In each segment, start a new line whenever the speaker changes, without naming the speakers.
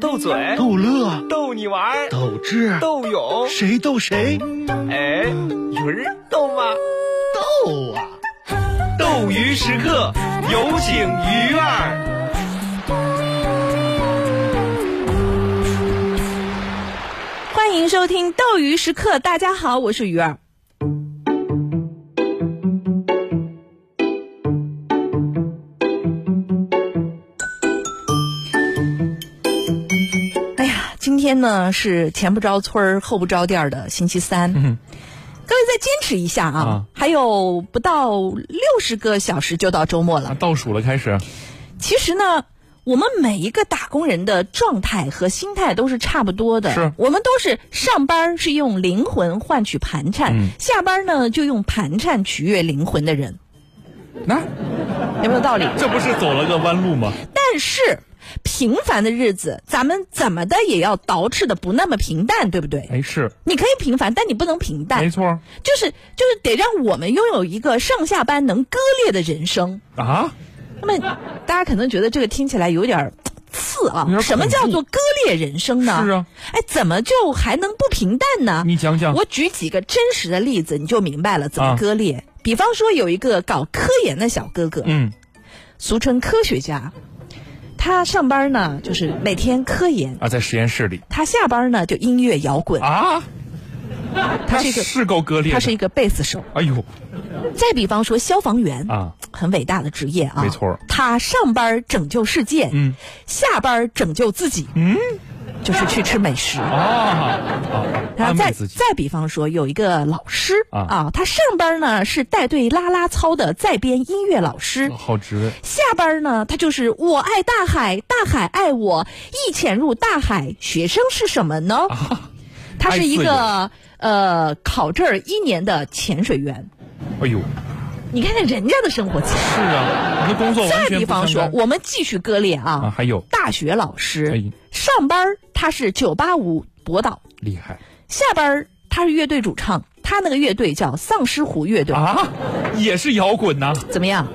斗嘴、
逗乐、
逗你玩儿、
斗智，
斗勇，
谁逗谁？
哎，鱼儿逗吗？
逗啊！
斗鱼时刻，有请鱼儿。
欢迎收听《斗鱼时刻》，大家好，我是鱼儿。哎呀，今天呢是前不着村儿后不着店儿的星期三，
嗯
各位再坚持一下啊！
啊
还有不到六十个小时就到周末了
啊，。倒数了，开始。
其实呢，我们每一个打工人的状态和心态都是差不多的。
是
我们都是上班是用灵魂换取盘缠，
嗯
下班呢就用盘缠取悦灵魂的人，
那、
有没有道理？
这不是走了个弯路吗？
但是。平凡的日子，咱们怎么的也要捯饬的不那么平淡，对不对？
哎，是，
你可以平凡，但你不能平淡
没，错
就是就是得让我们拥有一个上下班能割裂的人生。
啊。
那么，大家可能觉得这个听起来有点儿刺啊
有点恐，怖
什么叫做割裂人生呢？
是啊，
哎，怎么就还能不平淡呢？
你讲讲
我举几个真实的例子，你就明白了怎
啊
么割裂。比方说，有一个搞科研的小哥哥，
嗯，
俗称科学家，他上班呢就是每天科研，
啊，在实验室里
他下班呢就音乐摇滚，
啊，
他是一个
是够割裂
他
的。
是一个贝斯手。
哎呦
再比方说，消防员
啊，
很伟大的职业啊，
没错儿
他上班拯救世界，
嗯，
下班拯救自己，
嗯，
就是去吃美食。
啊啊，
然后
安慰
再
自己
再比方说，有一个老师
啊
他上班呢是带队拉拉操的在编音乐老师，
哦好职位。
下班呢他就是我爱大海，大海爱我，一潜入大海。学生是什么呢？
啊
他是一个呃考证儿一年的潜水员。
哎呦，
你看看人家的生活情况。
是啊，你的工作完
再
全
比
不
方
相
说，
干
我们继续割裂啊，
啊，还有
大学老师、
哎
上班儿他是九八五博导，
厉害
下班儿他是乐队主唱，他那个乐队叫丧尸湖乐队，
啊，也是摇滚呐、
怎么样？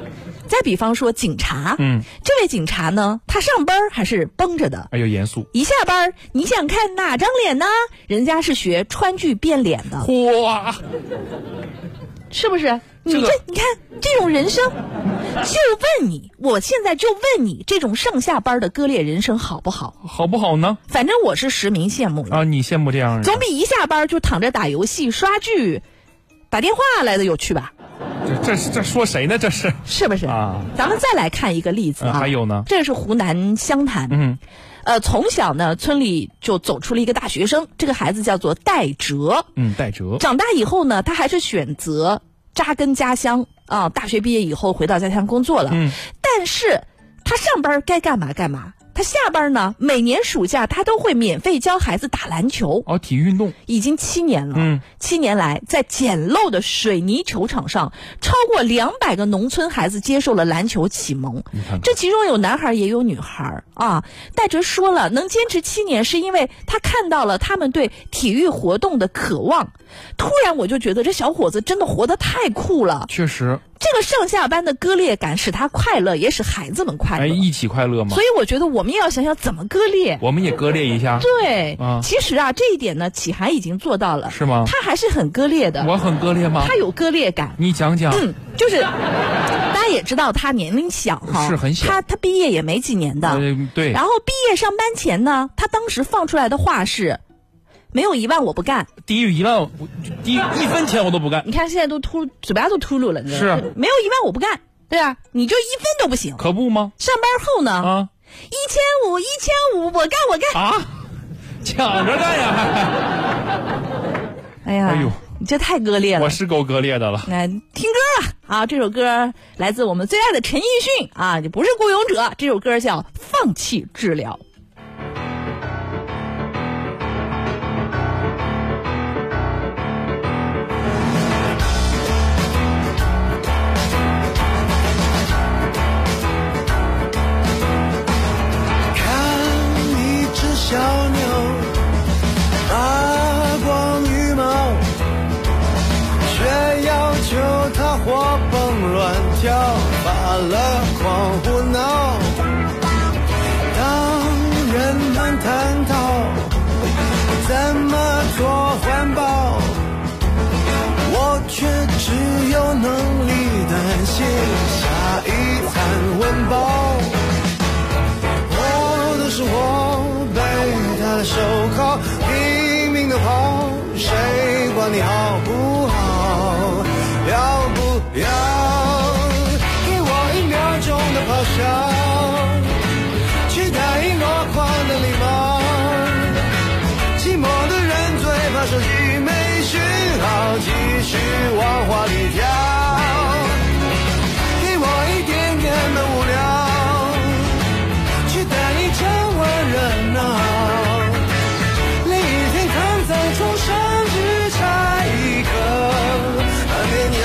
再比方说警察，
嗯，
这位警察呢，他上班儿还是绷着的。
哎呦，严肃。
一下班儿，你想看哪张脸呢？人家是学川剧变脸的，
哇，
是不是？你
这
这
个
你看这种人生，就问你，我现在就问你，这种上下班儿的割裂人生好不好？
好不好呢？
反正我是实名羡慕了。
啊，你羡慕这样人？
总比一下班就躺着打游戏、刷剧、打电话来的有趣吧？
这这这说谁呢？这是
是不是？
啊
咱们再来看一个例子啊，
嗯还有呢
这是湖南湘潭，
嗯，
呃，从小呢，村里就走出了一个大学生，这个孩子叫做戴哲，
嗯，戴哲
长大以后呢，他还是选择扎根家乡啊，大学毕业以后回到家乡工作了，
嗯
但是他上班该干嘛干嘛。他下班呢，每年暑假他都会免费教孩子打篮球，
哦，体育运动
已经七年了。
嗯
七年来，在简陋的水泥球场上，超过两百个农村孩子接受了篮球启蒙。
看看
这其中有男孩也有女孩儿啊。戴哲说了，能坚持七年是因为他看到了他们对体育活动的渴望。突然，我就觉得这小伙子真的活得太酷了。
确实，
这个上下班的割裂感使他快乐，也使孩子们快
哎，
乐。
一起快乐嘛
所。以，我觉得我们也要想想怎么割裂。
我们也割裂一下，
对，
啊
其实啊，这一点呢，启涵已经做到了。
是吗？
他还是很割裂的。
我很割裂吗？
他有割裂感，
你讲讲，
嗯，就是大家也知道他年龄小哈，
是很小
他他毕业也没几年的，
呃对，
然后毕业上班前呢，他当时放出来的话是。没有一万我不干，
低于一万，我低一分钱我都不干，
你看现在都秃，嘴巴都秃噜了，你知道吗
是啊
没有一万我不干，对啊，你就一分都不行。
可不吗？
上班后呢，
啊
一千五一千五，我干我干。
啊，抢着干呀！ 还
哎呀，
哎呦
你这太割裂了
我。是够割裂的了。
那、听歌了啊，这首歌来自我们最爱的陈奕迅啊，你不是孤勇者，这首歌叫《放弃治疗》。
看一只小牛，拔光羽毛，却要求它活蹦乱跳，发了狂胡闹。当人们探讨怎么做环保，我却只有能力担心下一餐温饱。活的是活，被他的手铐拼命的跑，谁管你好不好？要不要给我一秒钟的咆哮？期待一落款的礼貌。寂寞的人最怕手机没讯号，继续往花里跳。给我一点点的无聊，期待你站稳热闹。另一天躺在床上只差一刻，半边腰，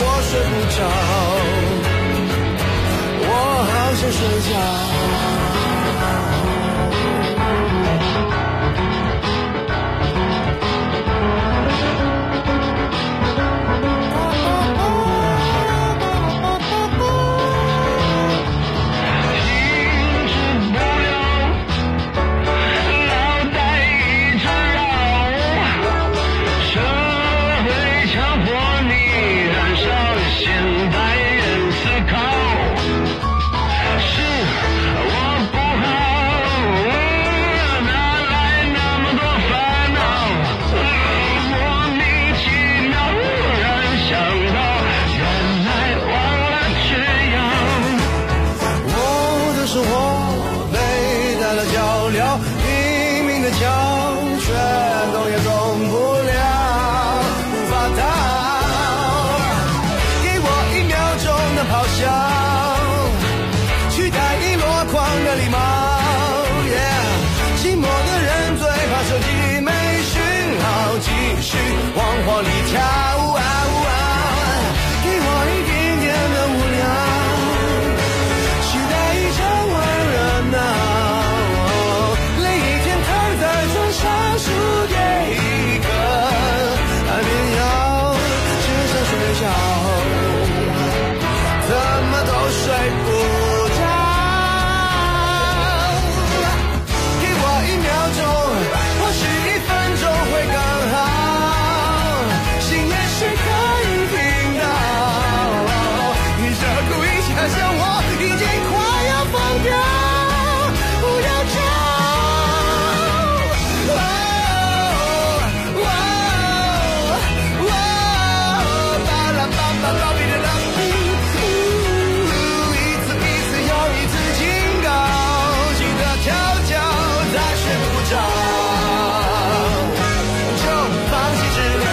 我睡不着，我好想睡觉。
脑袋一直绕，社会强迫你燃烧现代人思考。是我不好，哪来那么多烦恼？莫名其妙，突然想到，原来忘了吃药。
我的生活被带了脚镣，拼命的敲，却动也动不了，无法逃。给我一秒钟的咆哮，取代你落款的礼貌。Yeah，寂寞的人最怕手机没讯号，继续往火里跳。给我一点点的无聊。期待一场晚热闹，哦另一天躺在床上数给一个安眠药，只想睡觉，怎么都睡不着。给我一秒钟，或许一分钟会更好，心也许可以听到。你这故意嘲笑我，已经快要疯掉，不要吵。哦哦哦哦巴拉巴巴拉比的拉比一次一次又一次警告，记得调教，再睡不着就放弃治疗。